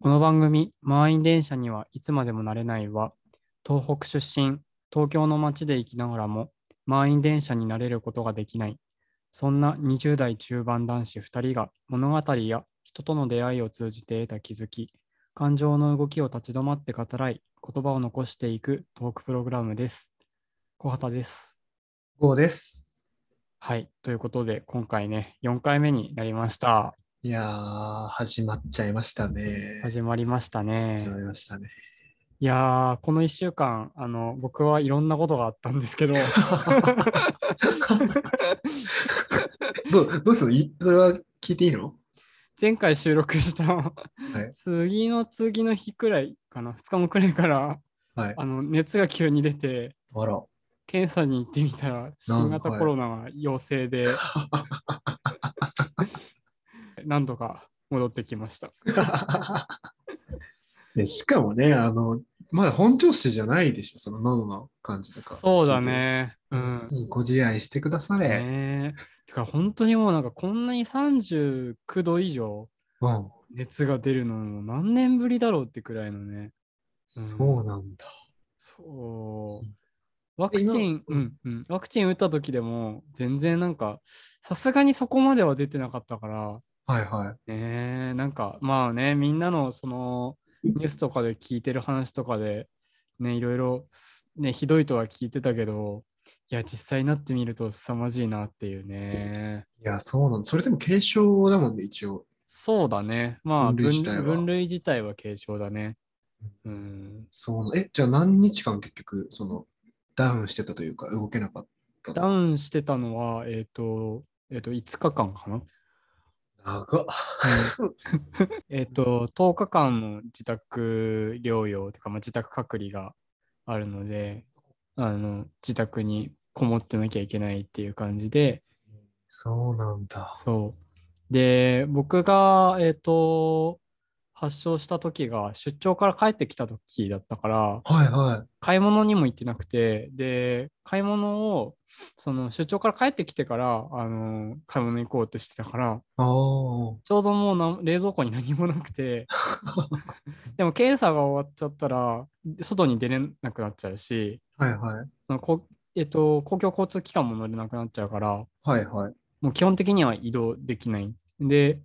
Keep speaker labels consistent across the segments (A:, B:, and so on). A: この番組「満員電車にはいつまでもなれないは」東北出身東京の街で生きながらも満員電車になれることができないそんな20代中盤男子2人が物語や人との出会いを通じて得た気づき感情の動きを立ち止まって語らい言葉を残していくトークプログラムです。小畑です。
B: ゴーです。
A: はい。ということで今回ね4回目になりました。
B: いやー、始まっちゃいましたね。
A: 始まりましたね。
B: 始まりましたね。
A: いやー、この1週間、あの、僕はいろんなことがあったん ですけど、
B: どうどうするいそれは聞いていいの
A: 前回収録した
B: い
A: 次の次の日くらいかな、2日もくらいから、
B: はい。
A: あの、熱が急に出て、
B: あら。
A: 検査に行ってみたら、新型コロナが陽性で、 何度か戻ってきました。
B: でしかもね、あの、まだ本調子じゃないでしょ、その喉の感じとか。
A: そうだ。ね。うん。
B: ご自愛してくだされ。
A: ねえ。てか、本当にもうなんか、こんなに39度以上
B: うん。
A: 熱が出るのも何年ぶりだろうってくらいのね。
B: そうなんだ。
A: そう。ワクチン、うんうん、ワクチン打った時でも、全然なんか、さすがにそこまでは出てなかったから、
B: はいはい。
A: ねえ、なんか、まあね、みんなのその、ニュースとかで聞いてる話とかで、ね、いろいろす、ね、ひどいとは聞いてたけど、いや、実際になってみると凄まじいなっていうね。
B: いや、そうなんだ。それでも軽症だもんね、一応。
A: そうだね。まあ、
B: 分
A: 分
B: 類自体は
A: 分類自体は軽症だね。うん。
B: そうなんえ、じゃあ何日間結局、その、ダウンしてたというか、動けなかったの
A: ダウンしてたのは、えっ、と、えっ、と、5日間かな。
B: 長っ。
A: えっと、10日間の自宅療養とか、まあ、自宅隔離があるのであの、自宅にこもってなきゃいけないっていう感じで、
B: そうなんだ。
A: そう。で、僕が、えっと、発症した時が出張から帰ってきた時だったから、
B: はいはい。
A: 買い物にも行ってなくて、で、買い物を、その出張から帰ってきてから、あの、買い物行こうとしてたから、
B: ああ。
A: ちょうどもうなん冷蔵庫に何もなく て、でも検査が終わっちゃったら、外に出れなくなっちゃうし、
B: はいはい。
A: そのこえっと、公共交通機関も乗れなくなっちゃうから、
B: はいはい。
A: もう基本的には移動できない。で、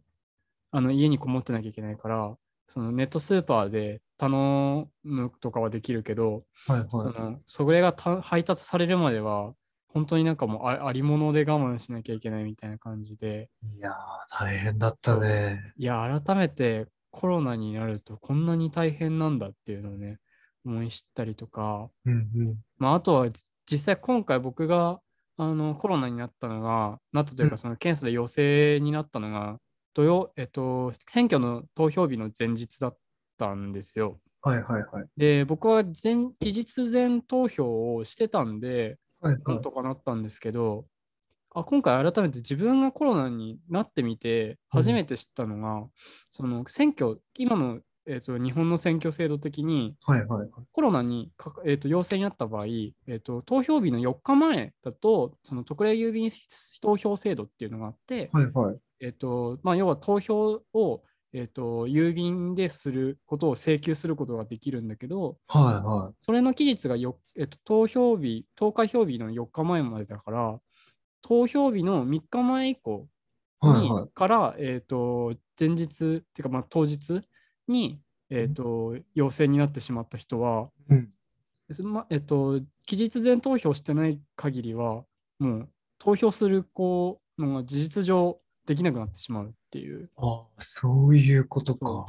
A: あの家にこもってなきゃいけないから、そのネットスーパーで頼むとかはできるけど、
B: はい
A: そ
B: は
A: のそれがた配達されるまでは、本当になんかもうあありもので我慢しなきゃいけないみたいな感じで、
B: い。いやー、大変だったね。
A: いや、改めてコロナになるとこんなに大変なんだっていうのをね、思い知ったりとか、
B: うんうん。
A: まあ、あとはじ実際今回僕があのコロナになったのが、なったという
B: う
A: か、
B: ん
A: その検査で陽性になったのが、土曜、えっと、選挙の投票日の前日だったんですよ。
B: はいはいはい。
A: で、僕は前期日前投票をしてたんで、
B: はい
A: な
B: は
A: んとかなったんですけど、あ今回改めて自分がコロナになってみて初めて知ったのが、その選挙今の、えー、と日本の選挙制度的に
B: い。はいはい。
A: コロナにかか、えー、と陽性になった場合、えー、と投票日の4日前だとその特例郵便投票制度っていうのがあって、
B: はいはい。
A: えーとまあ、要は投票を、えー、と郵便ですることを請求することができるんだけど
B: はいは
A: それの期日がよ、えっと、投票日、投開票日の4日前までだから、投票日の3日前以降
B: い。
A: に、
B: はいはい。
A: から、えっと、前日っていうか、まあ、当日に、えっと、陽性になってしまった人は、
B: うん。
A: そのまえっと、期日前投票してない限りは、もう投票するこうのが事実上できなくなってしまうっていう。
B: あそういうこと
A: そ
B: か。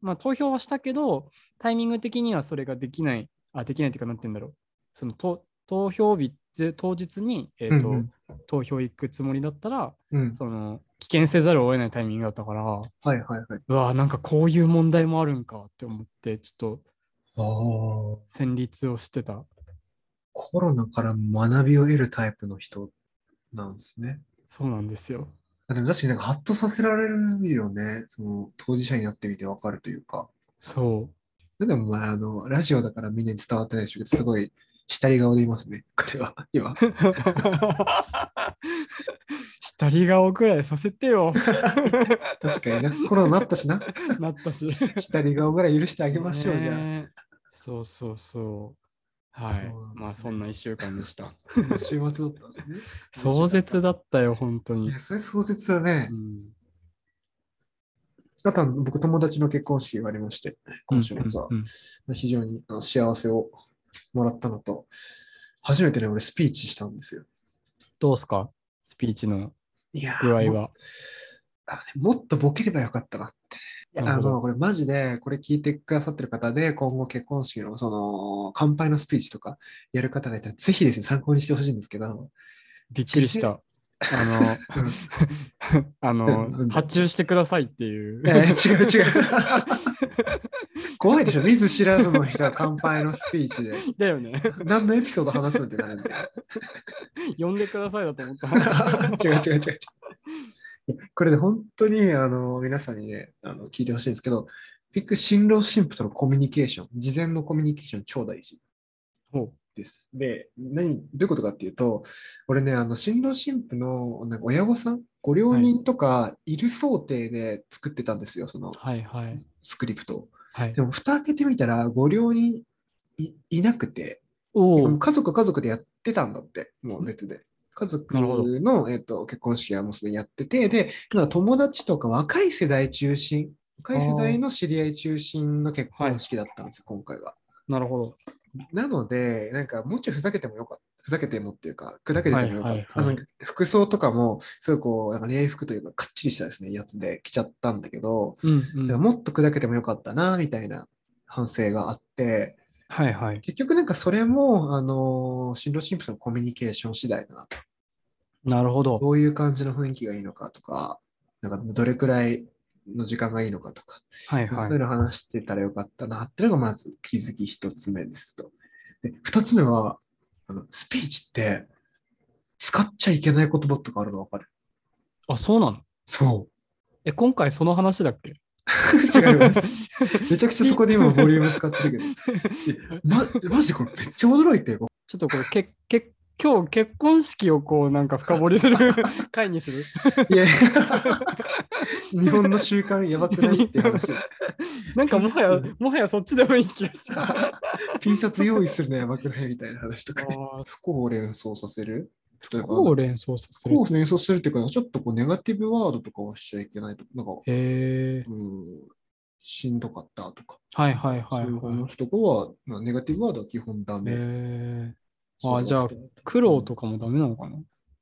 A: まあ、投票はしたけど、タイミング的にはそれができない、あ、できないっていうか、なんて言うんだろう。そのと投票日ぜ当日に、えーと
B: うんうん
A: 投票行くつもりだったら、
B: うん。
A: その危険せざるを得ないタイミングだったから、
B: はいはいはい。
A: うわーなんかこういう問題もあるんかって思って、ちょっと
B: ああ。コ
A: 戦慄をしてた。
B: ロナから学びを得るタイプの人なんですね。
A: そうなんですよ。
B: あでも確かになんかハッとさせられるよね。その当事者になってみてわかるというか。
A: そ
B: でもまあ、あの、ラジオだからみんなに伝わってないでしょうけど、すご い、したり顔でいますね、彼は、今。
A: う。下り顔くらいさせてよ。
B: 確かにな。コロナなったしな。
A: なったし。
B: 下り顔ぐらい許してあげましょう、じゃあ。
A: ねえそうそうそう。はい。
B: そうなんですね
A: まあそんな1週間でした。
B: そんな週末だったんですね。
A: 壮絶だったよ、本当
B: い
A: に
B: や、。それ壮絶だね
A: う。ん
B: あとは僕、友達の結婚式がありまして、今週末は
A: うんうんうん
B: 非常にあの幸せをもらったのと、初めてね、俺スピーチしたんですよ。
A: どうすかスピーチの
B: いや
A: 具合は。
B: あのねもっとボケればよかったなって。いや
A: な
B: あ
A: るほど
B: の、これマジで、これ聞いてくださってる方で、今後結婚式の、その、乾杯のスピーチとかやる方がいたら、ぜひですね、参考にしてほしいんですけ ど、
A: びっくりした。あの、 あ
B: なん
A: の、
B: で
A: 発注してくださいっていう
B: い。やいや違う違う。怖いでしょ見ず知らずの人が乾杯のスピーチで。
A: だよね。
B: 何のエピソード話すんってなるんで。
A: 呼んでくださいだと思っ
B: 違
A: た。
B: う 違う違う違う。いやこれで本当にあの皆さんにね、あの聞いてほしいんですけど、結局、新郎新婦とのコミュニケーション、事前のコミュニケーション超大事
A: ほう
B: です。で、何、どういうことかっていうと、俺ね、あの新郎新婦のなんか親御さん、ご両人とかいる想定で作ってたんですよ、その
A: はいはい。
B: スクリプトを。
A: はい
B: で。も、蓋開けてみたら、ご両人いいなくて、
A: お
B: もう
A: お。
B: 家族家族でやってたんだって、もう別で。家族
A: なるほど
B: の、えっと結婚式はもうすでにやってて、で、なんか友達とか若い世代中心、若い世代の知り合い中心の結婚式だったんですよ、今回は。
A: なるほど。
B: なので、なんかもうちょいふざけてもよかった。ふざけてもっていうか、砕けててもよか
A: はい
B: っ
A: はい
B: た。
A: は
B: あ
A: い
B: の服装とかも、すごいこう、なんか礼服というか、かっちりしたですね、やつで着ちゃったんだけど、
A: うんうん
B: でももっと砕けてもよかったな、みたいな反省があって、
A: はいはい。
B: 結局なんかそれも、あのー新郎新婦とのコミュニケーション次第だなと。
A: なるほど。
B: どういう感じの雰囲気がいいのかとか、なんかどれくらいの時間がいいのかとか、
A: はい
B: そう
A: はい
B: いう。の話してたらよかったなっていうのがまず気づき一つ目ですと。で、二つ目は、あのスピーチって使っちゃいけない言葉とかあるのわかる
A: あ、そうなの
B: そ
A: え、今回その話だっけ
B: う。違い ます。めちゃくちゃそこで今ボリューム使ってる けど。いやま、マジこれめっちゃ驚いてよ。
A: ちょっとこれ、け、け、今日結婚式をこうなんか深掘りする回にする
B: いや 日本の習慣やばくないっていう話。
A: なんかもはや、もはやそっちでもいい気がした。あ
B: T シャツ用意するのやばくないみたいな話とか、ね。
A: ー
B: 不幸を連想させる例え
A: 不
B: ば
A: 幸を連想させ
B: 不
A: る
B: 幸。を連想するっていうか、ちょっとこうネガティブワードとかをしちゃいけないとか、なんか、
A: え
B: うん、しんどかったとか、
A: ー、はいはいはい、
B: そういう
A: はい。
B: 話とかは、まあネガティブワードは基本ダ
A: え
B: メ。
A: ー、
B: そう
A: あじゃあ苦労とかもダメなのかな、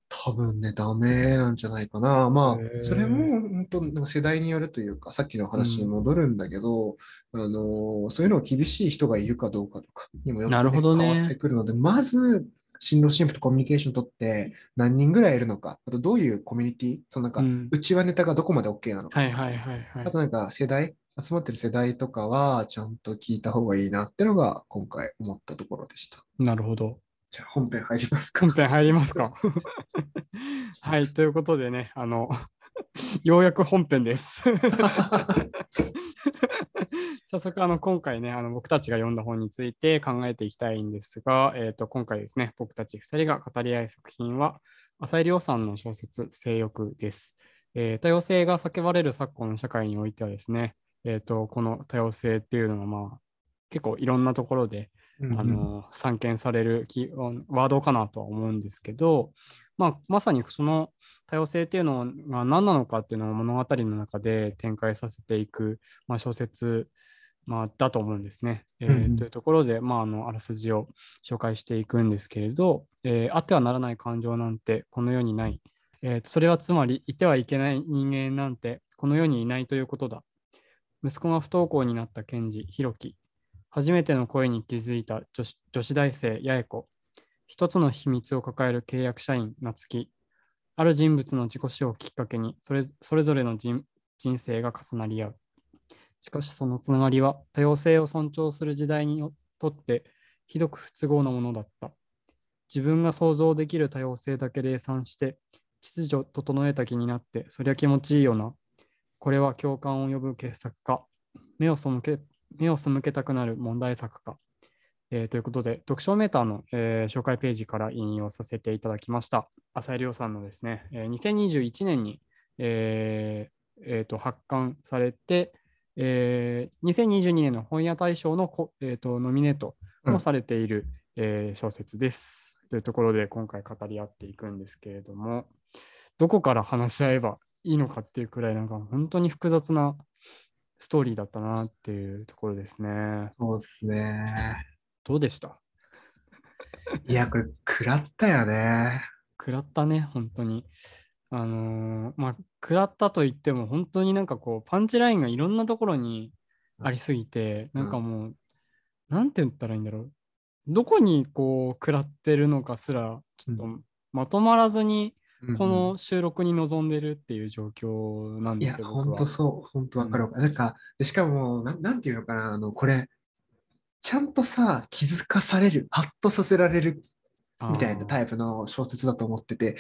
B: 多分ね、ダメなんじゃないかな。ま
A: へ
B: あ、
A: ー
B: それも本当、なんか世代によるというか、さっきの話に戻るんだけど、あのーそういうのを厳しい人がいるかどうかとかにもよって、
A: なるほどね
B: 変わってくるので、まず、新郎新婦とコミュニケーション取って、何人ぐらいいるのか、あとどういうコミュニティ、そのなんか、
A: うん
B: うちはネタがどこまで OK なのか、
A: はいはいはいはい
B: あ。となんか世代、集まってる世代とかは、ちゃんと聞いた方がいいなってのが、今回思ったところでした。
A: なるほど。
B: じゃあ本編入りますか
A: 本。編入りますかはい、ということでね、あの、ようやく本編です。早速あの今回ねあの僕たちが読んだ本について考えていきたいんですが、えー、と今回ですね僕たち2人が語り合い作品は浅井亮さんの小説「性欲」です、えー多様性が叫ばれる昨今の社会においてはですね、えー、とこの多様性っていうのはまあ結構いろんなところであの散見されるキーワードかなとは思うんですけど、まあ、まさにその多様性っていうのが何なのかっていうのを物語の中で展開させていく、まあ、小説、まあ、だと思うんですね。えー
B: うんうん
A: というところで、まあ、あのあらすじを紹介していくんですけれど、えーあってはならない感情なんてこの世にない、えーそれはつまりいてはいけない人間なんてこの世にいないということだ息子が不登校になった検事弘樹初めての恋に気づいた女子女子大生八重子一つの秘密を抱える契約社員夏希ある人物の自己死をきっかけにそれそれぞれの人人生が重なり合うしかしそのつながりは多様性を尊重する時代にとってひどく不都合なものだった自分が想像できる多様性だけで算して秩序整えた気になってそりゃ気持ちいいよなこれは共感を呼ぶ傑作か目を背け目を背けたくなる問題作かえーということで、読書メーターの、えー紹介ページから引用させていただきました。浅井亮さんのですね、えー2021年に、えーえーと発刊されて、えー2022年の本屋大賞のこ、えーとノミネート
B: う
A: も
B: ん
A: されている、えー小説です。というところで、今回語り合っていくんですけれども、どこから話し合えばいいのかっていうくらい、なんか本当に複雑なストーリーだったなっていうところですね。
B: そうですね。
A: どうでした
B: いや、これ、食らったよね。
A: 食らったね、本当に。あのーまあ、食らったといっても、本当になんかこう、パンチラインがいろんなところにありすぎて、
B: うん
A: なんかもう、なんて言ったらいいんだろう。どこにこう、食らってるのかすら、ちょっとまとまらずに、この収録に臨んでるっていう状況なん
B: い
A: で
B: や、
A: すよ、
B: ほん
A: 僕
B: と
A: は。
B: そう、ほんとわかるわかる。なんか、でしかも、なんなんていうのかな、あの、これ、ちゃんとさ、気づかされる、ハッとさせられるみたいなタ
A: イ
B: イプの小説だと思ってて、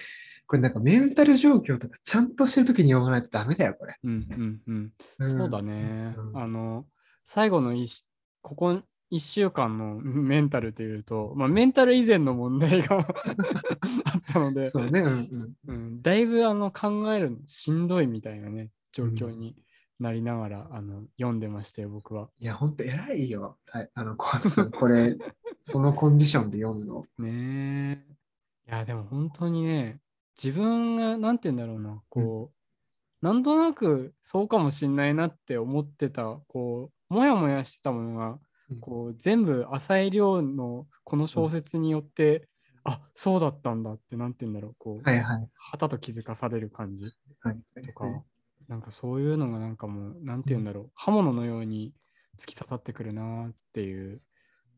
B: これなんかメンタル状況とかちゃんとしてるときに読まないとダメだよ、これ。
A: プ。うんうんうん。
B: ん
A: そうだね。
B: うん
A: あの、最後の一、ここ1週間の うんメンタルというと、まあ、メンタル以前の問題が あったので、
B: そうね、うんうん。
A: うん、だいぶあの考えるのしんどいみたいなね、状況になりながら、あの読んでましたよ、僕は。
B: いや、ほんと偉いよ。はい、あの、小松さん、これ、そのコンディションで読むの。
A: ねえ。いや、でも本当にね、自分が、なんて言うんだろうな、こう、なんとなくそうかもしんないなって思ってた、こう、もやもやしてたものが
B: う、ん
A: こう、全部、浅井亮のこの小説によって、あそうだったんだって、なんて言うんだろう、こう、
B: はいはい。
A: はたと気づかされる感じ
B: はい、
A: とか、なんかそういうのが、なんかもう、なんて言うんだろう、刃物のように突き刺さってくるなっていう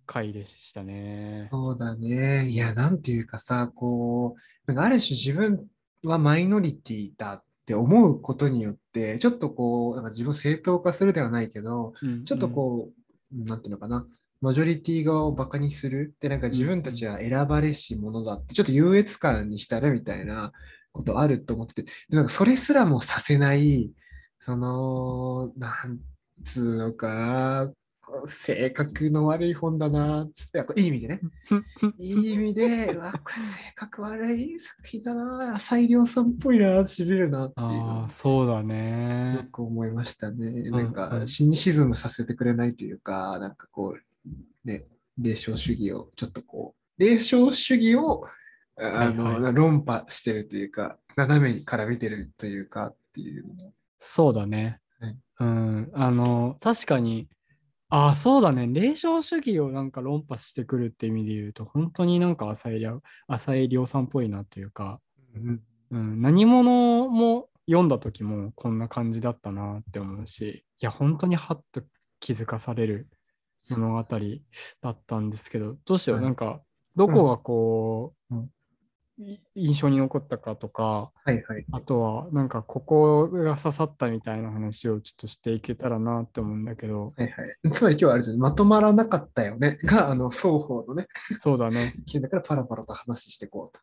A: 回でしたね。
B: そうだね。いや、なんていうかさ、こう、なんかある種自分はマイノリティだって思うことによって、ちょっとこう、なんか自分を正当化するではないけど、
A: うん
B: ちょっとこう、なんていうのかな、マジョリティ側をバカにするって、なんか自分たちは選ばれし者だって、ちょっと優越感に浸るみたいなことあると思ってて、でなんかそれすらもさせない、その、なんつうのかな、こう性格の悪い本だな、つって、いい意味でね。 いい意味で、うわ、これ性格悪い作品だな、浅井亮さんっぽいな、しびるなっていう
A: あ
B: の
A: あ、そうだ
B: すご
A: ね。
B: く思いましたね。なん
A: うんう
B: か、
A: ん
B: シニシズムさせてくれないというか、なんかこう、ね、霊障主義を、ちょっとこう、霊障主義を、あの、
A: はい
B: 論破してるというか、斜めから見てるというかっていうのも。
A: そうだね
B: はい。
A: うん。あの、確かに、ああ、そうだね。霊障主義をなんか論破してくるって意味で言うと、本当になんか浅井亮浅井亮さんっぽいなというか、うん、何者も読んだ時もこんな感じだったなって思うし、いや、本当にハッと気づかされる物語だったんですけど、どうしよう、
B: はい
A: なんか、どこがこう、
B: うん
A: い印象に残ったかとか、
B: はいはい。
A: あとは、なんか、ここが刺さったみたいな話をちょっとしていけたらなって思うんだけど、
B: はいはい。つまり今日はあれですね、まとまらなかったよね、が、あの、双方のね、
A: そうだ ね。
B: 意見だからパラパラと話していこう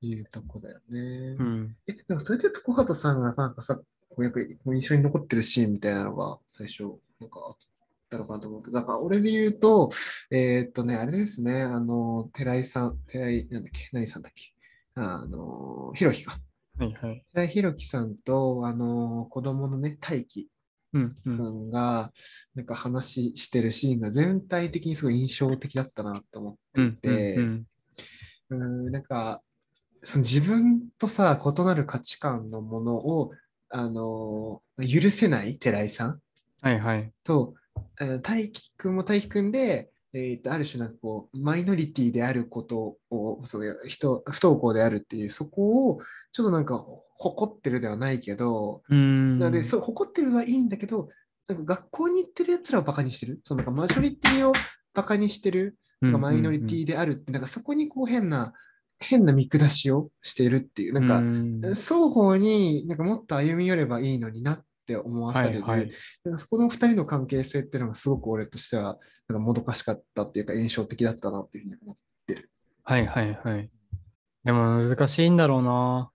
B: というとこだよね。
A: うん。
B: え、なんかそれで言うと小畑さんがなんかさ、こうやっぱりこう印象に残ってるシーンみたいなのが最初、なんかあったのかなと思うけど、なんか俺で言うと、えーっとね、あれですね、あの、寺井さん、寺井、なんだっけ、何さんだっけ、あの、ひろきか。
A: はいはい。
B: 寺井ひろきさんと、あの、子供のね、大輝
A: うんう
B: く
A: ん。
B: んが、なんか話してるシーンが全体的にすごい印象的だったなと思
A: う
B: っ
A: ん
B: て
A: う
B: い
A: ん
B: て、
A: うん。
B: うーん、なんか、その自分とさ、異なる価値観のものを、あのー許せない寺井さん
A: はいはい。
B: と、えー大輝くんも大輝くんで、えーと、ある種なんかこう、マイノリティであることを、そういう人、不登校であるっていう、そこを、ちょっとなんか、誇ってるではないけど、
A: うーん。
B: なので、そう、誇ってるはいいんだけど、なんか学校に行ってるやつらをバカにしてる。そのなんかマジョリティをバカにしてる。
A: うんうん
B: が
A: うん
B: マイノリティであるって、なんかそこにこう変な、変な見下しをしているっていう、
A: う
B: なんか、
A: ん
B: 双方になんかもっと歩み寄ればいいのになって思わさ
A: は
B: れ
A: い
B: る、
A: はい。
B: なんかそこの2人の関係性っていうのがすごく俺としては、なんかもどかしかったっていうか、印象的だったなっていうふうに思って。
A: はいはいはい。でも難しいんだろうな。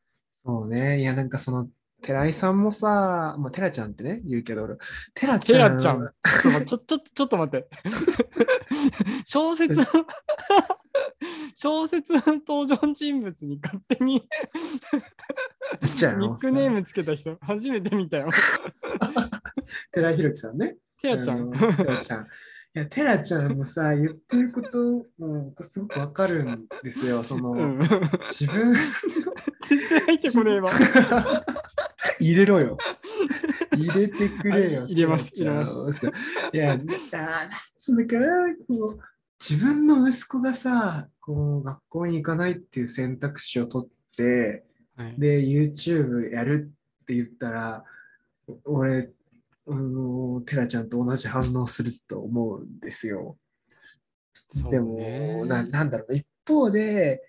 B: そうね、いや、なんかその、寺井さんもさ、まあ、寺ちゃんってね、言うけど、俺、寺ち
A: テ
B: ゃん。
A: ラちゃん。ちょっと待ってちょ、ちょ、ちょっと待って。 小説、 小説の登場人物に勝手に
B: 寺ちゃ ん。
A: ニックネー。ムつけた人、初めて見たよ。
B: 寺井宏樹さんね。
A: テラちゃん。
B: あの寺ちゃん。いや、寺ちゃんもさ、言ってること、もう、すごくわかるんですよ。その、
A: うん、
B: 自分、
A: 全然入ってこれは。
B: 入れろよ。入れてくれよ。
A: はい入れます
B: 寺ちゃんいや、あーなんつうのかな、こう、自分の息子がさ、こう、学校に行かないっていう選択肢を取って、
A: はい
B: で、YouTube やるって言ったら、俺、うん、テラちゃんと同じ反応すると思うんですよ。
A: そう
B: で
A: ね
B: もな、なんだろう、一方で、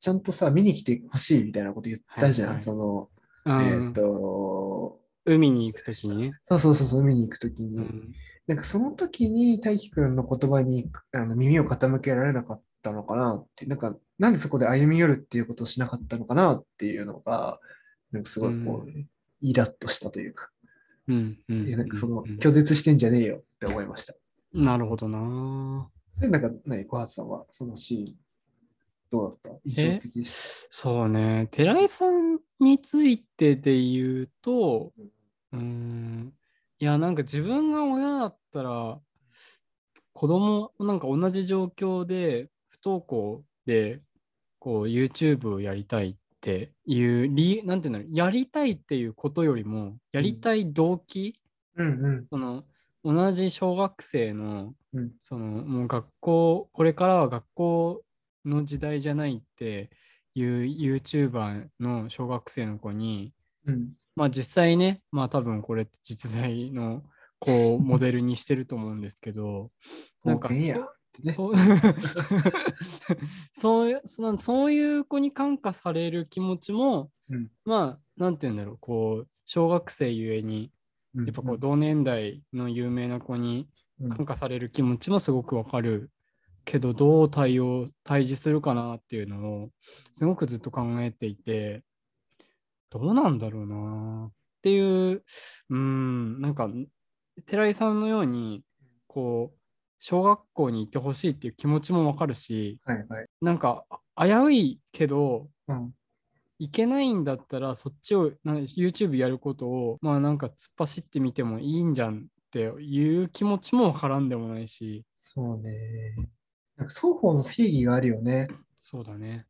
B: ちゃんとさ、見に来てほしいみたいなこと言ったじゃん。
A: はいはい
B: その、
A: うん
B: えっ、と、
A: 海に行くときにね。
B: そうそうそうそう、見に行くときに、
A: うん
B: なんかその時に大輝くんの言葉にあの耳を傾けられなかったのかなって、なんか、なんでそこで歩み寄るっていうことをしなかったのかなっていうのが、なんかすごいこう、イラッとしたというか、
A: うんうん
B: いやなんかその
A: うん
B: 拒絶してんじゃねえよって思いました。
A: なるほどな。
B: で、なんか、何、小畑さんはそのシーン、どうだった印象的でし
A: そうね、寺井さんについてで言うと、うーん、いや、なんか自分が親だったら、子供、なんか同じ状況で、不登校で、こう、YouTube をやりたいっていう理、なんていうの、やりたいっていうことよりも、やりたい動機、
B: たうんうん。
A: その、同じ小学生の、
B: うん
A: その、もう学校、これからは学校の時代じゃないっていう YouTuber の小学生の子に、
B: うん
A: まあ実際ね、まあ多分これって実在のこうモデルにしてると思うんですけ ど、なんか
B: 冒険や
A: そ
B: ね
A: そうそういうそのそういう子に感化される気持ちも、
B: うん
A: まあなんて言うんだろう、こう小学生ゆえに、やっぱこう同年代の有名な子に
B: うん
A: 感化される気持ちもすごくわかるけど、どう対応、対峙するかなっていうのをすごくずっと考えていて、どうなんだろうなっていう、うん、なんか、寺井さんのように、こう、小学校に行ってほしいっていう気持ちもわかるし、
B: はいはい。
A: なんか、危ういけど、
B: うん
A: いけないんだったらそっちをな YouTube やることをまあなんか突っ走ってみてもいいんじゃんっていう気持ちも絡んでもないし
B: そうね。なんか双方の正義があるよね。
A: そうだね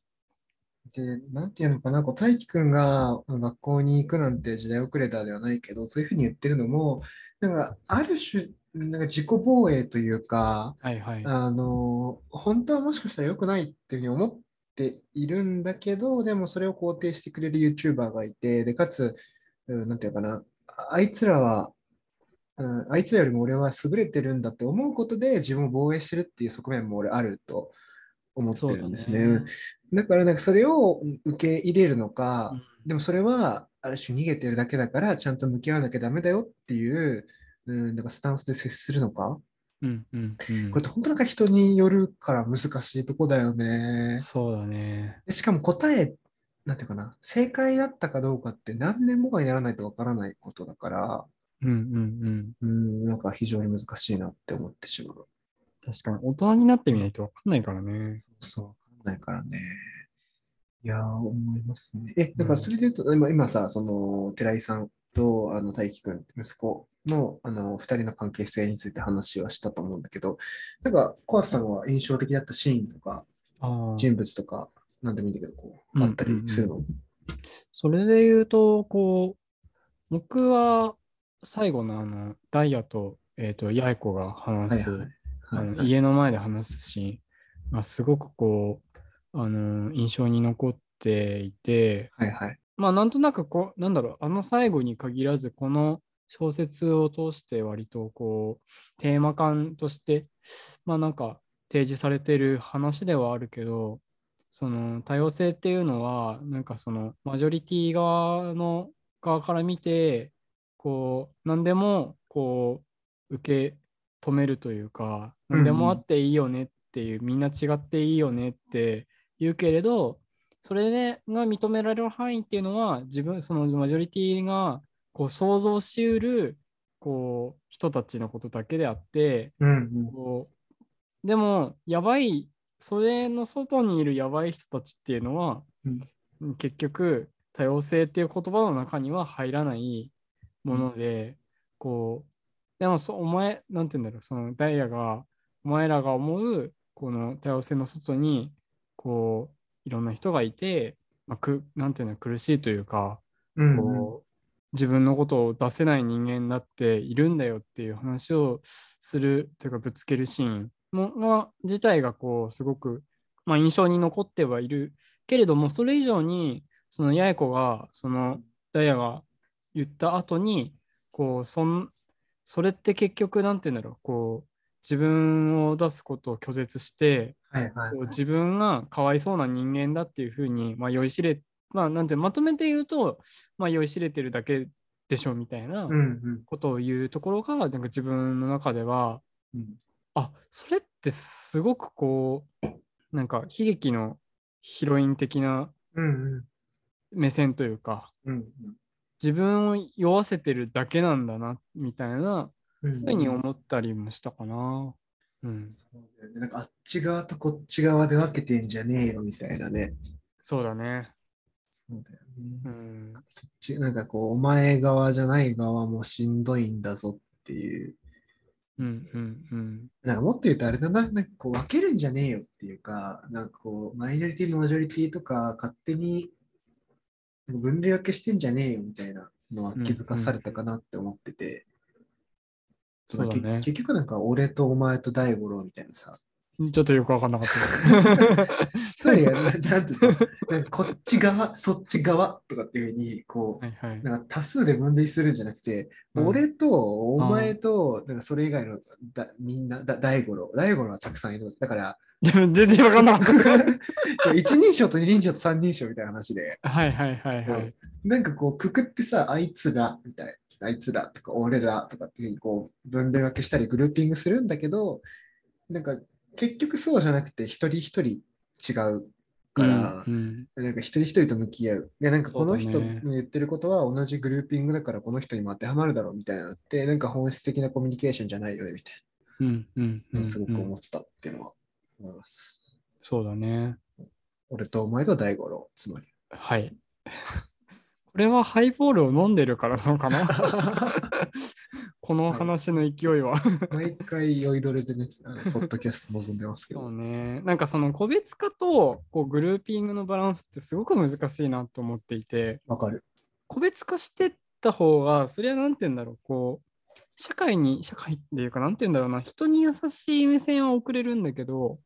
B: で、なんていうのかな、こう、大輝くんがあの学校に行くなんて時代遅れたではないけど、そういうふうに言ってるのも、なんか、ある種、なんか自己防衛というか、
A: はいはい
B: あの、本当はもしかしたら良くないっていうふうに思っているんだけど、でもそれを肯定してくれる YouTuber がいて、で、かつ、うんなんていうのかな、あいつらは、うんあいつらよりも俺は優れてるんだって思うことで自分を防衛してるっていう側面も俺あると思って
A: そう
B: る
A: だ
B: ん
A: ね
B: ですね。だからなんかそれを受け入れるのか、
A: うん
B: でもそれはある種逃げてるだけだからちゃんと向き合わなきゃダメだよっていう、うん、なんかスタンスで接するのか、
A: うんうんうん
B: これって本当なんか人によるから難しいとこだよね。
A: そうだね
B: でしかも答え、なんていうかな、正解だったかどうかって何年後かにならないとわからないことだから、
A: うんうんうん
B: うん、なんか非常に難しいなって思ってしまう。
A: 確かに大人になってみないと分かんないからね
B: そう、わかんないからね。いやー、思いますね。え、だからそれで言うと、今今さ、その、寺井さんと、あの、大輝くん、息子の、あの、二人の関係性について話はしたと思うんだけど、なんか、小畑さんは印象的だったシーンとか、
A: あー
B: 人物とか、なんでもいいんだけど、こ
A: う
B: う、
A: ん
B: あったりするの。
A: それで言うとこう僕は最後のあのダイヤと,、えー、と八重子が話す、
B: はいはい
A: あ
B: はい
A: の家の前で話すシーンがすごくこう、あの印象に残っていて
B: はいはい。
A: まあなんとなくこうなんだろうあの最後に限らずこの小説を通して割とこうテーマ感としてまあなんか提示されてる話ではあるけどその多様性っていうのはなんかそのマジョリティ側の側から見てこう何でもこう受け止めるというか
B: うんう
A: 何
B: ん
A: でもあっていいよねっていう、みんな違っていいよねって言うけれどそれでが認められる範囲っていうのは自分そのマジョリティがこう想像しうるこう人たちのことだけであって
B: うん
A: こうでもやばいそれの外にいるやばい人たちっていうのは、結局多様性っていう言葉の中には入らないもので、こうでもそお前なんて言うんだろうそのダイヤがお前らが思うこの多様性の外にこういろんな人がいて、まあ、くなんていうの苦しいというか、
B: うんうんうん
A: こう自分のことを出せない人間になっているんだよっていう話をするというかぶつけるシーンもが自体がこうすごく、まあ、印象に残ってはいるけれどもそれ以上にその八重子がそのダイヤが言った後にこうそんそれって結局なんて言うんだろうこう自分を出すことを拒絶して
B: はいはい
A: こう自分がかわいそうな人間だっていうふうに、まあ、酔いしれ、まあ、なんてまとめて言うと、まあ、酔いしれてるだけでしょみたいな
B: うんうん
A: ことを言うところが、なんか自分の中では
B: うん
A: あそれってすごくこうなんか悲劇のヒロイン的な
B: うん
A: 目線というか
B: うん
A: 自分を酔わせてるだけなんだなみたいな
B: うん
A: ふうに思ったりもしたかな。うん、
B: そうだよねなんかあっち側とこっち側で分けてんじゃねえよみたいなね。
A: そうだね。
B: そうだよね
A: うん、
B: そっち、なんかこう、お前側じゃない側もしんどいんだぞっていう。
A: うん、うん、うん。
B: なんかもっと言うとあれだな、なんかこう分けるんじゃねえよっていうか、なんかこう、マイノリティのマジョリティとか、勝手になんか分類分けしてんじゃねえよみたいなのは気づかされたかなって思ってて、
A: そうだ
B: け
A: ね。
B: 結局なんか俺とお前と大五郎みたいなさ、
A: ちょっとよくわかんなかった。
B: つまり、ななんていうのなんかこっち側、そっち側とかっていうふうに、こ、。
A: はいはいう
B: なんか多数で分類するんじゃなくて、
A: うん
B: 俺とお前と、なんかそれ以外のだみんな、だ大五郎、大五郎はたくさんいる。だから、
A: でも全然わかん なかっ
B: 一人称と二人称と三人称みたいな話で、
A: た。はいはいはいはい。
B: なんかこう、くくってさ、あいつらみたいな。あいつらとか俺らとかっていうふうにこう分類分けしたりグルーピングするんだけどなんか結局そうじゃなくて一人一人違うから、
A: うん
B: なんか一人一人と向き合う。で、なんかこの
A: そ
B: 人
A: うだね
B: の言ってることは同じグルーピングだからこの人にも当てはまるだろうみたいなのって、なんか本質的なコミュニケーションじゃないよねみたい
A: うんうんう
B: な、
A: ん。
B: すご
A: う
B: く
A: ん
B: 思ったっていうのは思います。
A: そうだね。
B: 俺とお前と大五郎、つ まり。
A: はい。これはハイボールを飲んでるからなのか なこの話の勢いは。
B: 毎回酔いどれでね、あのポッドキャスト望んでますけ
A: そう
B: ど。
A: ね。なんかその個別化とこうグルーピングのバランスってすごく難しいなと思っていて、
B: わかる。
A: 個別化してった方が、それはなんて言うんだろう、こう、社会に、社会っていうか、なんて言うんだろうな、人に優しい目線は送れるんだけど、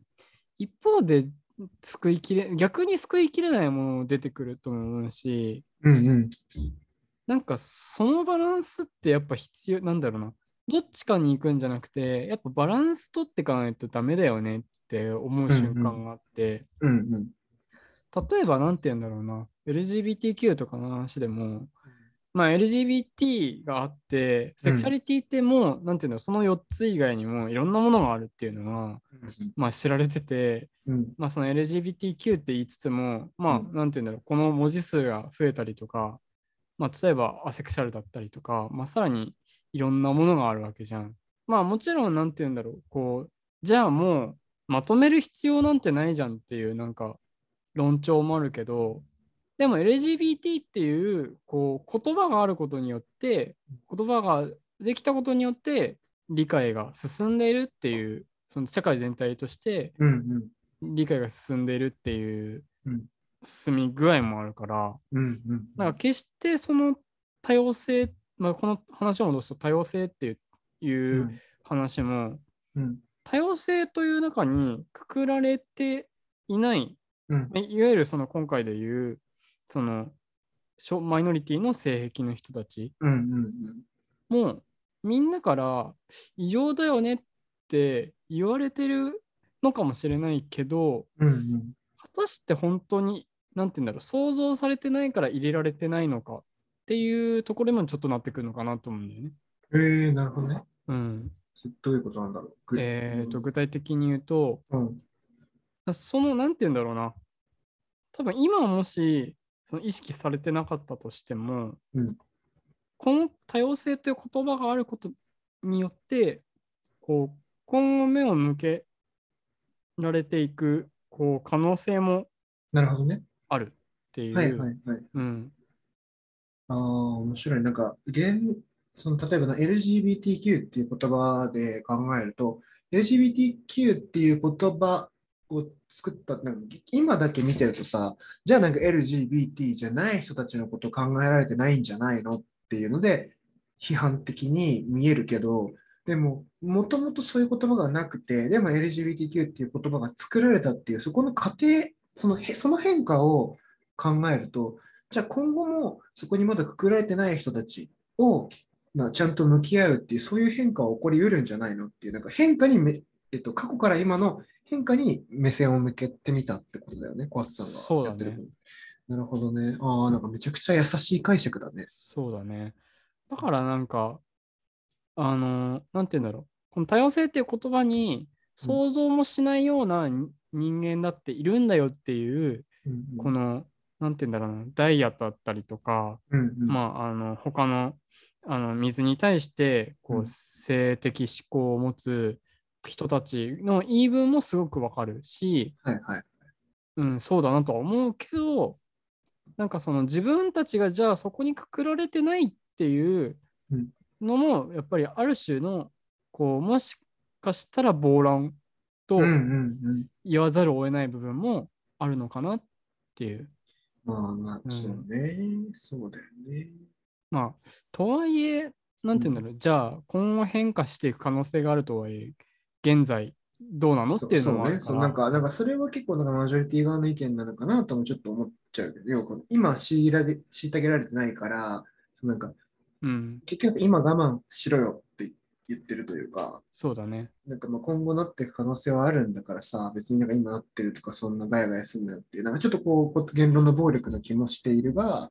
A: 一方で、救いきれ、逆に救いきれないものも出てくると思うし、
B: うんうん。
A: なんかそのバランスってやっぱ必要、なんだろうな、どっちかに行くんじゃなくて、やっぱバランス取っていかないとダメだよねって思う瞬間があって、
B: うんうん。
A: 例えば何て言うんだろうな LGBTQ とかの話でも、まあ、LGBT があってセクシャリティってもう、なんていうのその4つ以外にもいろんなものがあるっていうのが、まあ、知られてて、
B: うん
A: まあ、その LGBTQ って言いつつも、ま
B: う
A: あ、
B: ん
A: なんて言うんだろうこの文字数が増えたりとか、まあ、例えばアセクシャルだったりとか、まあ、さらにいろんなものがあるわけじゃん。まあもちろん何て言うんだろうこうじゃあもうまとめる必要なんてないじゃんっていうなんか論調もあるけどでも LGBT っていうこう言葉があることによって言葉ができたことによって理解が進んでいるっていうその社会全体として
B: うんうん。
A: 理解が進んでいるっていう
B: うん
A: 進み具合もあるから
B: うんうん。
A: なんか決してその多様性、まあ、この話を戻すと多様性っていう
B: う
A: いうん話も
B: うん
A: 多様性という中にくくられていない
B: うん
A: まあいわゆるその今回で言うそのしょマイノリティの性癖の人たち
B: うんうん
A: もみんなから異常だよねって言われてるのかもしれないけど
B: うんうん
A: 果たして本当に何て言うんだろう想像されてないから入れられてないのかっていうところにもちょっとなってくるのかなと思うんだよね。
B: うん。えー、なるほどね。
A: うん、
B: どういうことなんだろう。ぐ
A: えーと具体的に言うと、
B: うん。
A: その、なんて言うんだろうな。多分今もしその意識されてなかったとしても、
B: うん
A: この多様性という言葉があることによってこう今後目を向けられていくこう可能性も
B: なるほどね。
A: あるっていう、
B: はいはいはい。
A: うん、
B: ああ、面白い。なんか、現、その、例えばの LGBTQ っていう言葉で考えると、LGBTQ っていう言葉を作った、なんか、今だけ見てるとさ、じゃあなんか LGBT じゃない人たちのこと考えられてないんじゃないのっていうので、批判的に見えるけど、でも、もともとそういう言葉がなくて、でも LGBTQ っていう言葉が作られたっていう、そこの過程、そのへ、その変化を考えると、じゃあ今後もそこにまだくくられてない人たちを、まあ、ちゃんと向き合うっていう、そういう変化は起こりうるんじゃないのっていう、なんか変化にめ、えっと、過去から今の変化に目線を向けてみたってことだよね、小松さん
A: そう
B: が
A: だ
B: や
A: ね
B: ってること。なるほどね。ああ、なんかめちゃくちゃ優しい解釈だね。
A: そうだね。だからなんか、あの、なんて言うんだろう。この多様性っていう言葉に想像もしないようなに人間だっているんだよっていう、
B: うんうん
A: この、なんて言うんだろうな、ダイヤだったりとか、
B: うんうん
A: まあ、あの、他の、あの、水に対して、こ
B: うん
A: う、性的思考を持つ人たちの言い分もすごくわかるし、
B: はいはい。
A: うん、そうだなとは思うけど、なんかその自分たちがじゃあそこにくくられてないっていう
B: うん
A: のも、やっぱりある種の、こう、もしかしたら暴乱と
B: うんうん
A: 言わざるを得ない部分もあるのかなっていう。
B: うん。まあま
A: う
B: あ、
A: ん
B: そうね。そうだよね。
A: まあ、とはいえ、なんて言うんだろう、じゃあ今後変化していく可能性があるとはいえ、現在どうなのっていうのもあ
B: そう
A: る
B: ね。
A: か
B: そうなん
A: ら。
B: か、なんかそれは結構なんかマジョリティ側の意見なのかなともちょっと思っちゃうけど、要はこの今強いられ、虐げられてないから、そのなんか
A: うん、
B: 結局今我慢しろよって言ってるというか、
A: そうだね。
B: なんかまあ今後なっていく可能性はあるんだからさ、別になんか今なってるとかそんなガヤガヤすんなよっていう、なんかちょっとこうこう、言論の暴力の気もしているが、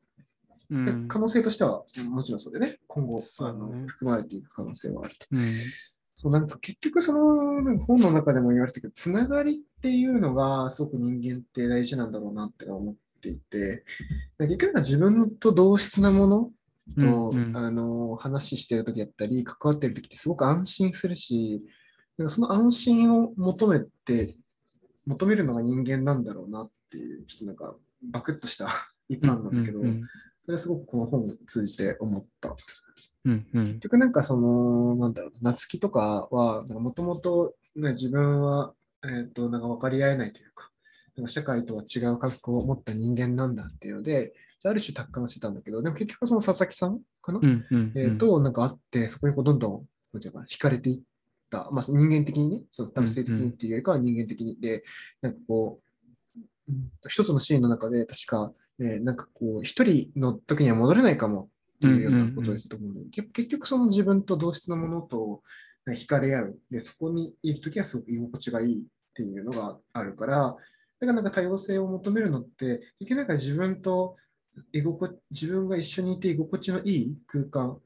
A: うん
B: 可。能性としてはもちろんそうでね、今後、
A: そう
B: あ
A: だね
B: の含まれていく可能性はあると。
A: うん、
B: そうなんか結局そのなんか本の中でも言われたけど、つながりっていうのがすごく人間って大事なんだろうなって思っていて、結局なんか自分と同質なものと、
A: うんうん
B: あの話してる時だったり、関わってる時ってすごく安心するし、なんかその安心を求めて、求めるのが人間なんだろうなっていう、ちょっとなんかバクッとした一般なんだけど、
A: うん
B: それはすごくこの本を通じて思った。
A: うんうん
B: 結局なんかその、なんだろうな、夏希とかは、もともと自分は、えっと、なんか分かり合えないというか、なんか社会とは違う覚悟を持った人間なんだっていうので、ある種達観してたんだけど、でも結局その佐々木さんかな、
A: うんうん
B: えーと、なんかあって、そこにこうどんどん、なんていうのかな、惹かれていった。まあ、人間的にね、その多分性的にっていうよりかは人間的に。で、なんかこう、うんと一つのシーンの中で、確か、えーなんかこう、一人の時には戻れないかもっていうようなことですと思うんだけど、結局その自分と同質のものとなんか惹かれ合う。で、そこにいる時はすごく居心地がいいっていうのがあるから、だからなんか多様性を求めるのって、結局なんか自分と居心地自分が一緒にいて居心地のいい空間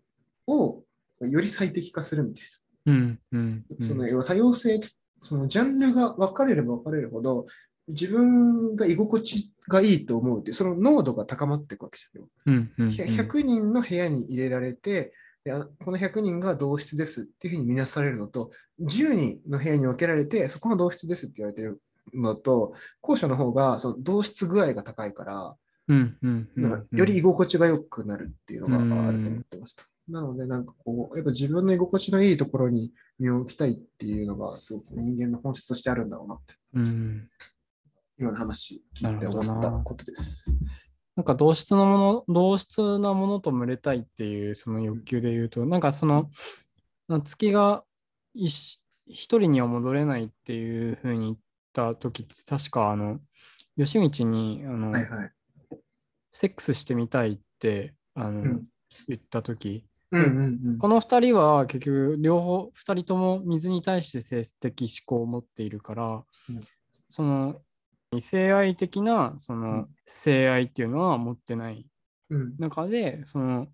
B: をより最適化するみたい
A: うんうんう
B: な。その
A: ん
B: 要は多様性、そのジャンルが分かれれば分かれるほど、自分が居心地がいいと思うっていう、その濃度が高まっていくわけじゃん。
A: うんうんうん
B: ひゃ100人の部屋に入れられて、であこの100人が同室ですっていうふうに見なされるのと、10人の部屋に分けられて、そこの同室ですって言われてるのと、後者の方がその同室具合が高いから、
A: うんうんうん
B: なんかより居心地が良くなるっていうのがあると思ってました。なので、なんかこう、やっぱ自分の居心地のいいところに身を置きたいっていうのが、すごく人間の本質としてあるんだろうなって、
A: うん
B: 今の話聞いて
A: なるほど
B: 思
A: な
B: ったことです。
A: なんか同質のもの同質なものと群れたいっていうその欲求で言うとなんかその夏希が一一人には戻れないっていうふうに言った時って確かあの吉道にあの、
B: はいはい。
A: セックスしてみたいってあの、
B: うん
A: 言った時
B: うんうん
A: この2人は結局両方2人とも水に対して性的思考を持っているから、
B: うん
A: その異性愛的なそうの
B: ん
A: 性愛っていうのは持ってない
B: うん。うん
A: 中でその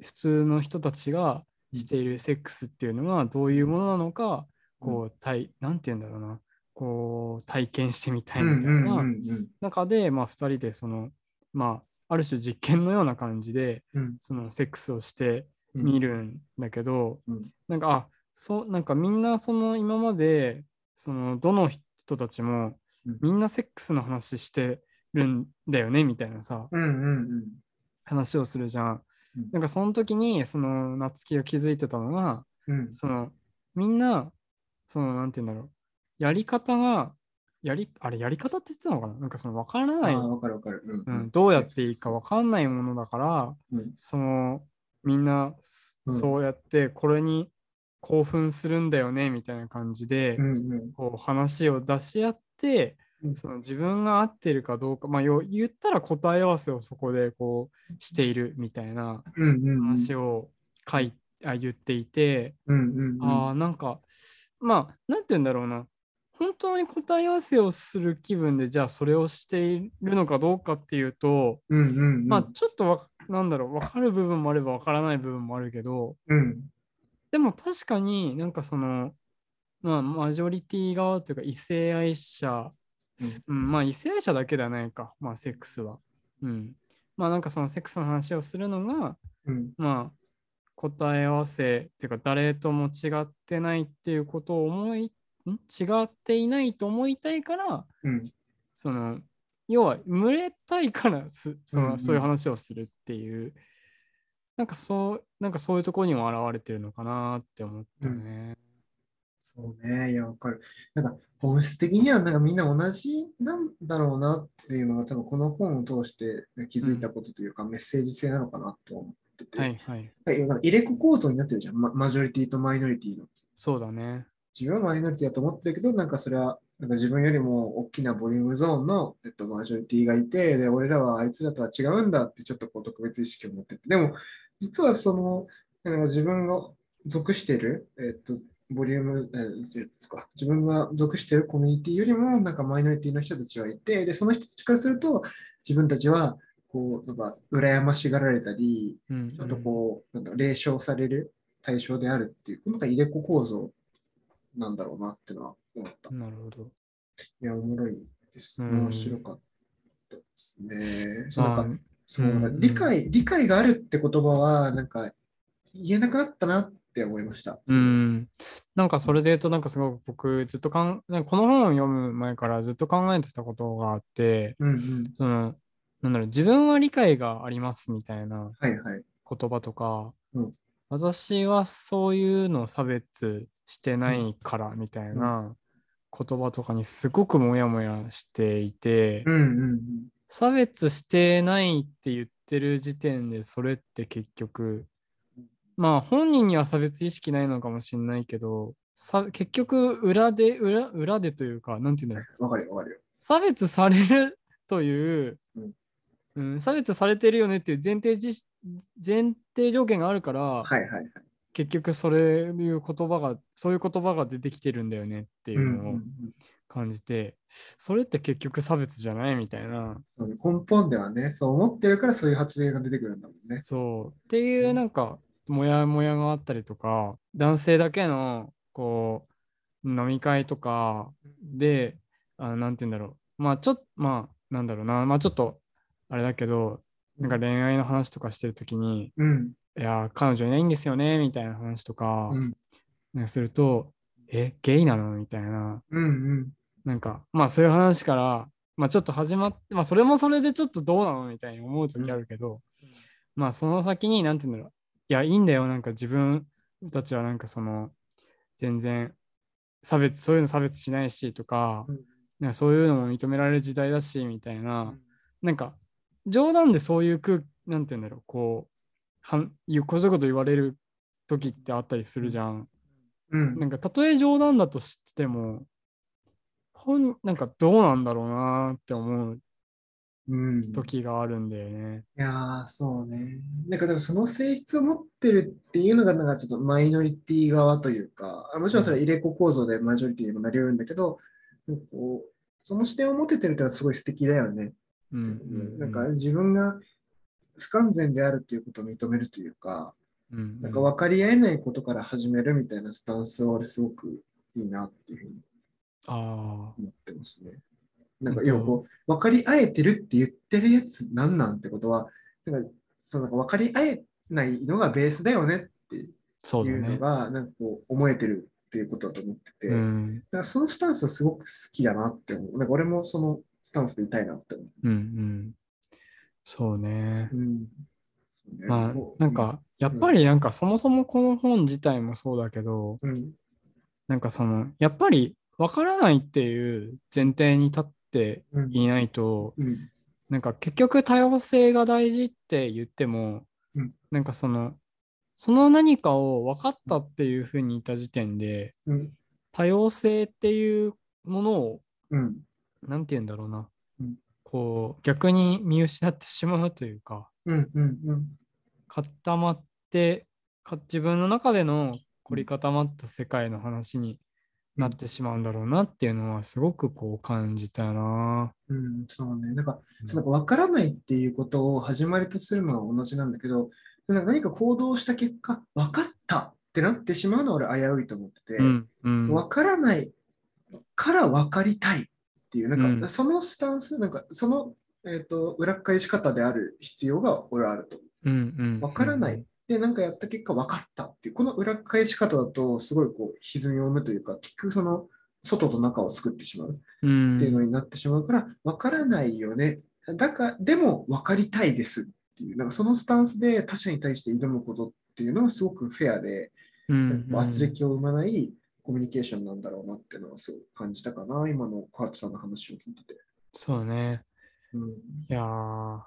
A: 普通の人たちがしているセックスっていうのがどういうものなのか、こう対なんて言うんだろうなこう体験してみた
B: う
A: い
B: ん
A: みたい
B: うんう
A: なん中で、まあ、2人でその、まあ、ある種実験のような感じで
B: うん
A: そのセックスをして
B: うん
A: 見るんだけど、
B: うん
A: なんかあそうなんかみんなその今までそのどの人たちも
B: うん
A: みんなセックスの話してるんだよねみたいなさ
B: うんうん
A: 話をするじゃん
B: うん。
A: なんかその時にその夏希が気づいてたのが
B: うん
A: そのみんなそのなんて言うんだろうやり方がやりあれやり方って言ってたのかななんかその分から
B: あ
A: ない、
B: あわかるわかる。う
A: うん、どうやっていいか分かんないものだから
B: うん
A: そのみんなそ
B: うん
A: そうやってこれに興奮するんだよねみたいな感じで、
B: うんうん
A: こう話を出し合って
B: うん
A: その自分が合ってるかどうかまあよ言ったら答え合わせをそこでこうしているみたいな
B: うんうんうん
A: 話を書いあ言っていて、
B: うんうんうん
A: ああなんかまあなんて言うんだろうな本当に答え合わせをする気分でじゃあそれをしているのかどうかっていうと、
B: うんうんうん
A: まあちょっとわなんだろう分かる部分もあれば分からない部分もあるけど
B: うん
A: でも確かになんかそのまあマジョリティ側というか異性愛者、うん、まあ異性愛者だけではないかまあセックスは。うん、まあなんかそのセックスの話をするのが
B: うん
A: まあ、答え合わせっていうか誰とも違ってないっていうことを思いん違っていないと思いたいから
B: うん
A: その要は群れたいからすその、
B: うんうん
A: そういう話をするっていうなんかそうなんかそういうところにも表れてるのかなって思ったね。
B: そうね、いや、わかる。なんか、本質的には、なんかみんな同じなんだろうなっていうのが、多分この本を通して気づいたことというか、メッセージ性なのかなと思ってて、
A: はいはい
B: なんか入れ子構造になってるじゃん、まマジョリティとマイノリティの。
A: そうだね。
B: 自分はマイノリティだと思ってるけど、なんかそれは、なんか自分よりも大きなボリュームゾーンの、えっと、マジョリティがいて、で、俺らはあいつらとは違うんだって、ちょっとこう特別意識を持ってて、でも、実はその、なんか自分が属してる、えっと、ボリューム、えーっていうんですか、自分が属してるコミュニティよりも、なんかマイノリティの人たちはいて、で、その人たちからすると、自分たちは、こう、なんか、羨ましがられたり、
A: うん
B: ちょっとこう、なんだろう冷笑される対象であるっていう、なんか入れ子構造なんだろうなってのは思った。
A: うんなるほど。
B: いや、おもろいです。
A: うん
B: 面白かったですね。そうなん
A: あ
B: か
A: ー
B: そう
A: うん
B: なんか理解、理解があるって言葉は、なんか言えなくなったなって思いました。
A: うん、なんかそれで言うとなんかすごく僕ずっとかんなんかこの本を読む前からずっと考えてたことがあって、
B: うんうん。
A: そのなんだろう自分は理解がありますみたいな
B: はいはい。
A: 言葉とか、
B: うん
A: 私はそういうのを差別してないからみたいな言葉とかにすごくモヤモヤしていて、
B: うんうん
A: 差別してないって言ってる時点でそれって結局まあ本人には差別意識ないのかもしれないけどさ結局裏で裏裏でというかなんて言うんだろう
B: うん。わかるよわかるよ。
A: 差別されるという、
B: うん
A: うん差別されてるよねっていう前提じ前提条件があるから、
B: はいはいはい。
A: 結局それいう言葉がそういう言葉が出てきてるんだよねっていううん
B: う
A: の
B: んう
A: を
B: ん
A: 感じて、それって結局差別じゃないみたいな、
B: そうね根本ではね、そう思ってるからそういう発言が出てくるんだもんね。
A: そうっていううんなんかモヤモヤがあったりとか男性だけのこう飲み会とかであなんて言うんだろうまあちょっとまあなんだろうなまあちょっとあれだけどなんか恋愛の話とかしてる時に
B: うん。
A: 「いやー彼女いないんですよね」みたいな話とか
B: うん
A: なんかすると「えゲイなの?」みたいな
B: うんうん。
A: なんかまあそういう話からまあちょっと始まってまあそれもそれでちょっとどうなのみたいに思う時あるけど、まあその先に何て言うんだろういやいいんだよなんか自分たちはなんかその全然差別そういうの差別しないしとか,、
B: うん
A: なんかそういうのも認められる時代だしみたいな、なんか冗談でそういう空なんて言うんだろうこうはんゆこそこと言われる時ってあったりするじゃん、
B: うん
A: なんかたとえ冗談だとしても本なんかどうなんだろうなーって思う
B: うん。
A: 時があるんだよね。
B: いやー、そうね。なんかでもその性質を持ってるっていうのが、なんかちょっとマイノリティ側というか、あもちろんそれは入れ子構造でマジョリティにもなり得るんだけど、なんかこう、その視点を持ててるってのはすごい素敵だよね。
A: うんう
B: なんか自分が不完全であるっていうことを認めるというか、
A: うんうん
B: なんか分かり合えないことから始めるみたいなスタンスは俺すごくいいなっていうふうに
A: ああ、
B: 思ってますね。なんか、要はこう、分かり合えてるって言ってるやつなんなんってことは、なんか、そのなんか分かり合えないのがベースだよねってい
A: そうだ
B: うの
A: ね。
B: が、なんかこう、思えてるっていうことだと思ってて、
A: うん、
B: だからそのスタンスはすごく好きだなって思う。なんか俺もそのスタンスでいたいなって思
A: うん、うん。そうね
B: う。。うん。そうね
A: まあ
B: こ、う
A: なん、か、やっぱりなんか、そもそもこの本自体もそうだけど、
B: うん。
A: なんかその、やっぱりわからないっていう前提に立って
B: うん。
A: いないと、
B: うん。
A: なんか結局多様性が大事って言っても、
B: うん
A: なんかその、その何かを分かったっていうふうに言った時点で、
B: うん。
A: 多様性っていうものを、
B: うん。
A: なんて言うんだろうな、
B: うん
A: こう、逆に見失ってしまうというか、
B: うん。うん。うん。
A: 固まってか自分の中での凝り固まった世界の話になってしまうんだろうなっていうのはすごくこう感じたな。
B: うん、そうね。なんか、
A: うん
B: その分からないっていうことを始まりとするのは同じなんだけど、なんか何か行動した結果、分かったってなってしまうのは俺危ういと思ってて、
A: うんうん
B: 分からないから分かりたいっていう、なん
A: う
B: か
A: ん
B: そのスタンス、なんかその、えっと裏返し方である必要が俺はあると。
A: うんうん
B: 分からない。で、なんかやった結果分かったっていう、この裏返し方だと、すごいこう歪みを生むというか、結局その外と中を作ってしまう。
A: うん
B: っていうのになってしまうから、わからないよね。だから、でも分かりたいですっていう、なんかそのスタンスで他者に対して挑むことっていうのはすごくフェアで、
A: うんうん
B: 圧力を生まないコミュニケーションなんだろうなっていうのはすごく感じたかな、今の小畑さんの話を聞いてて。
A: そうね。
B: うん。
A: いやー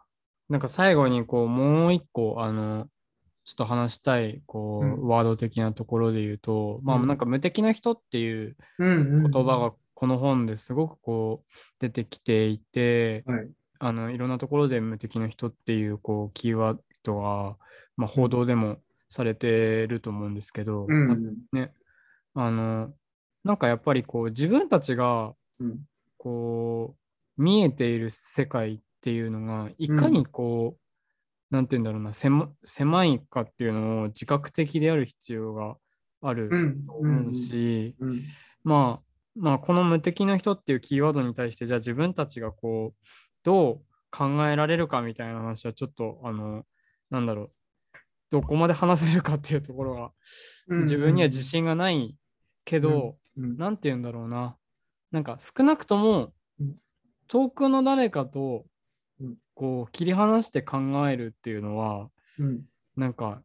A: なんか最後にこうもう一個あのちょっと話したいこう、
B: うん
A: ワード的なところで言うと、まあ
B: うん
A: なんか無敵の人っていう
B: うん、うん。
A: 言葉がこの本ですごくこう出てきていて、
B: はい。
A: あのいろんなところで無敵の人っていうこうキーワードが、まあ、報道でもされてると思うんですけど、
B: うん。
A: あのなんかやっぱりこう自分たちが
B: うん。
A: こう見えている世界っていうのがいかにこう、なんて言うんだろうな狭狭いかっていうのを自覚的である必要があ
B: う
A: る
B: ん。
A: と
B: うん。
A: 思うし、
B: うん。
A: まあ、まあこの「無敵の人」っていうキーワードに対してじゃあ自分たちがこうどう考えられるかみたいな話はちょっとあのなんだろうどこまで話せるかっていうところが
B: うん
A: 自分には自。信がないけど
B: うん。
A: なんて言うんだろうななんか少なくとも
B: うん
A: 遠くの誰かと
B: うん
A: こう切り離して考えるっていうのは
B: うん。
A: なんか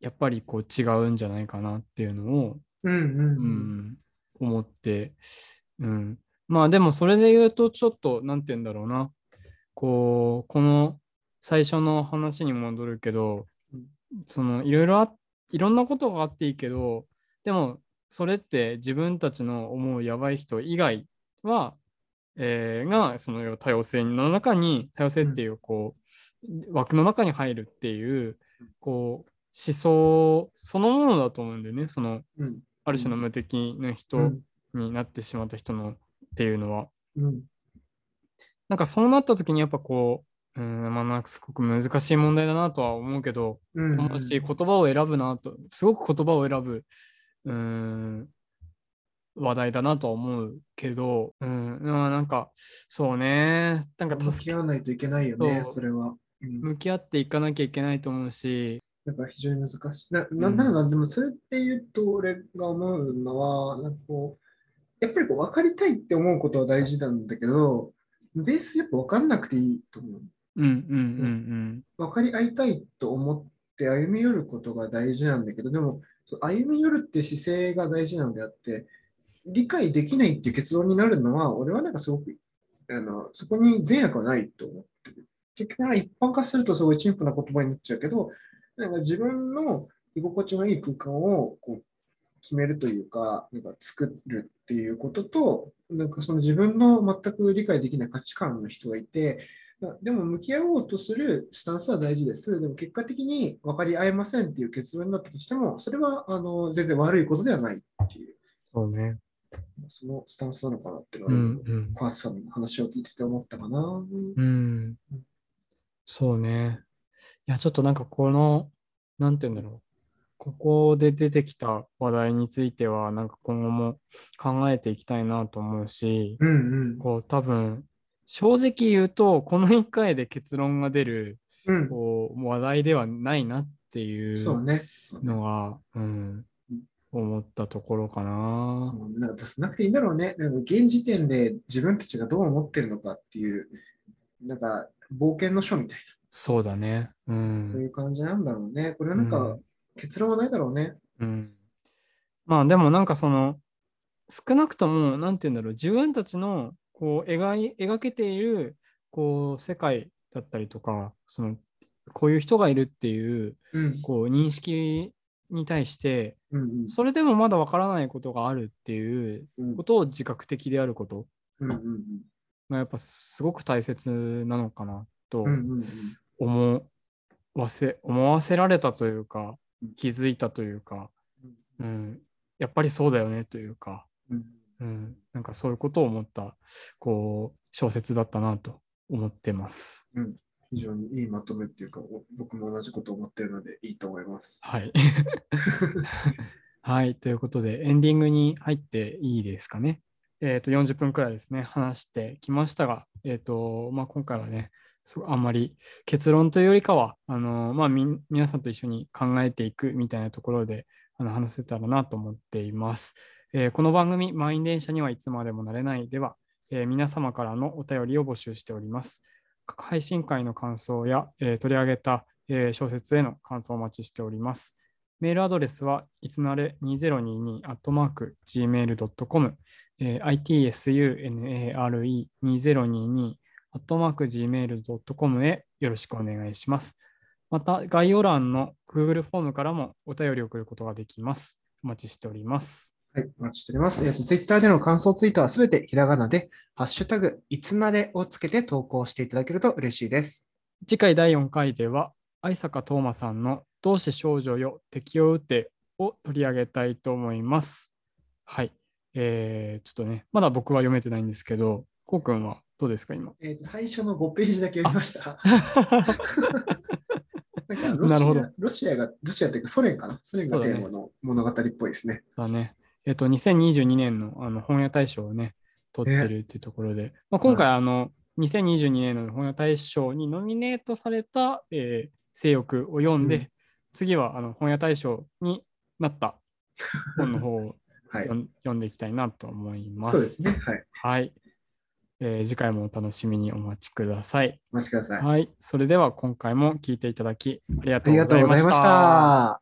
A: やっぱりこう違うんじゃないかなっていうのを
B: うん。
A: う
B: うん。
A: ん、思って、うん、まあでもそれで言うとちょっと何て言うんだろうなこうこの最初の話に戻るけど
B: うん
A: そのいろいろあいろんなことがあっていいけどでもそれって自分たちの思うやばい人以外は、えーがその多様性の中に多様性っていうこう、枠の中に入るっていうこう思想そのものだと思うんだよねその
B: うん。
A: ある種の無敵の
B: う
A: 人
B: ん。
A: になってしまった人のっていうのは、
B: うん。
A: なんかそうなった時にやっぱこう、うん、まあなんかすごく難しい問題だなとは思うけど、
B: うん。
A: 思うし言葉を選ぶなと、すごく言葉を選ぶ、うん、話題だなとは思うけど、うん、まあなんかそうね、なんか
B: 向
A: 助
B: き
A: け
B: 合わないといけないよね、
A: そう
B: それは。うん
A: 向き合っていかなきゃいけないと思うし、
B: なんか非常に難しい。な、な、
A: うん
B: なんだ、でもそれって言うと、俺が思うのは、なんかこう、やっぱりこう分かりたいって思うことは大事なんだけど、ベースやっぱ分かんなくていいと思う。
A: うんうん
B: 分かり合いたいと思って歩み寄ることが大事なんだけど、でも、その歩み寄るって姿勢が大事なんであって、理解できないっていう結論になるのは、俺はなんかすごく、あの、そこに善悪はないと思ってる。結局は一般化するとすごい陳腐な言葉になっちゃうけど、なんか自分の居心地のいい空間をこう決めるというか、なんか作るっていうことと、なんかその自分の全く理解できない価値観の人がいて、なでも向き合おうとするスタンスは大事です。でも結果的に分かり合えませんっていう結論になったとしても、それはあの全然悪いことではないっていう、
A: うん。そうね。
B: そのスタンスなのかなっていう
A: う
B: のは、
A: んうん。
B: 小畑さんの話を聞いてて思ったかな。うん
A: うん。そうね。いや、ちょっとなんかこの、なんて言うんだろう。ここで出てきた話題については、なんか今後も考えていきたいなと思うし、
B: うんうん。
A: こう多分、正直言うと、この1回で結論が出る
B: うん、
A: こう話題ではないなってい
B: そう
A: う
B: ね。そうね
A: のは、うん、思ったところかな。
B: そうなんかなくていいんだろうね。なんか現時点で自分たちがどう思ってるのかっていう、なんか冒険の書みたい
A: そうだね。う。
B: な、そうんいう感じなんだろうね。これはなん
A: う
B: か結論はないだろうね。
A: うん、まあでもなんかその少なくとも何て言うんだろう自分たちのこう描い描けているこう世界だったりとかそのこういう人がいるっていう
B: うん。
A: こう認識に対して
B: うんうん
A: それでもまだわからないことがあるっていう
B: うん
A: ことを自覚的であること
B: うんうん
A: がやっぱすごく大切なのかなと
B: うんうんうん
A: 思わせ思わせられたというか
B: うん
A: 気づいたというか、うん、やっぱりそうだよねというか、
B: うん
A: うん、なんかそういうことを思ったこう小説だったなと思ってます。
B: 非常にいいまとめっていうか、お僕も同じこと思ってるのでいいと思います。
A: はい、はい、ということでエンディングに入っていいですかね。えっと40分くらいですね話してきましたが、えっとまあ、今回はねそうあんまり結論というよりかはあの、まあ、みん皆さんと一緒に考えていくみたいなところであの話せたらなと思っています。えーこの番組「満員電車にはいつまでもなれない」では、えー皆様からのお便りを募集しております。各配信会の感想や、えー取り上げた、えー小説への感想をお待ちしております。メールアドレスはいつなれ 2022-gmail.com、えー itsunare2022 アットマーク gmail.com へよろしくお願いします。また、概要欄の Google フォームからもお便りを送ることができます。お待ちしております。
B: はい、お待ちしております。えっ、と、ツイッターでの感想ツイートはすべてひらがなで、ハッシュタグ、いつなれをつけて投稿していただけると嬉しいです。
A: 次回第4回では、愛坂斗真さんの同志少女よ敵を撃てを取り上げたいと思います。はい。えー、ちょっとね、まだ僕は読めてないんですけど、こうくんはどうですか、 今。
B: えっ、と、最初の5ページだけ読みました。なんかロシア
A: なるほど
B: ロシアが、ロシアというかソ連かなソ連がテーマの物語っぽいですね。
A: だね。えっと、2022年のあの本屋大賞をね、取ってるっていうところで、まあ、今回、あの、2022年の本屋大賞にノミネートされた、えー性欲を読んで、
B: うん
A: 次はあの本屋大賞になった本の方を
B: はい
A: 読。ん読んでいきたいなと思います。
B: そうですね。はい。
A: はい、えー次回もお楽しみにお待ちください。
B: お待ちください。
A: はい、それでは今回も聞いていただきありが
B: あ
A: とう
B: り
A: ご
B: がと
A: ざいう
B: ご
A: ま
B: ざい
A: し。
B: ましたた。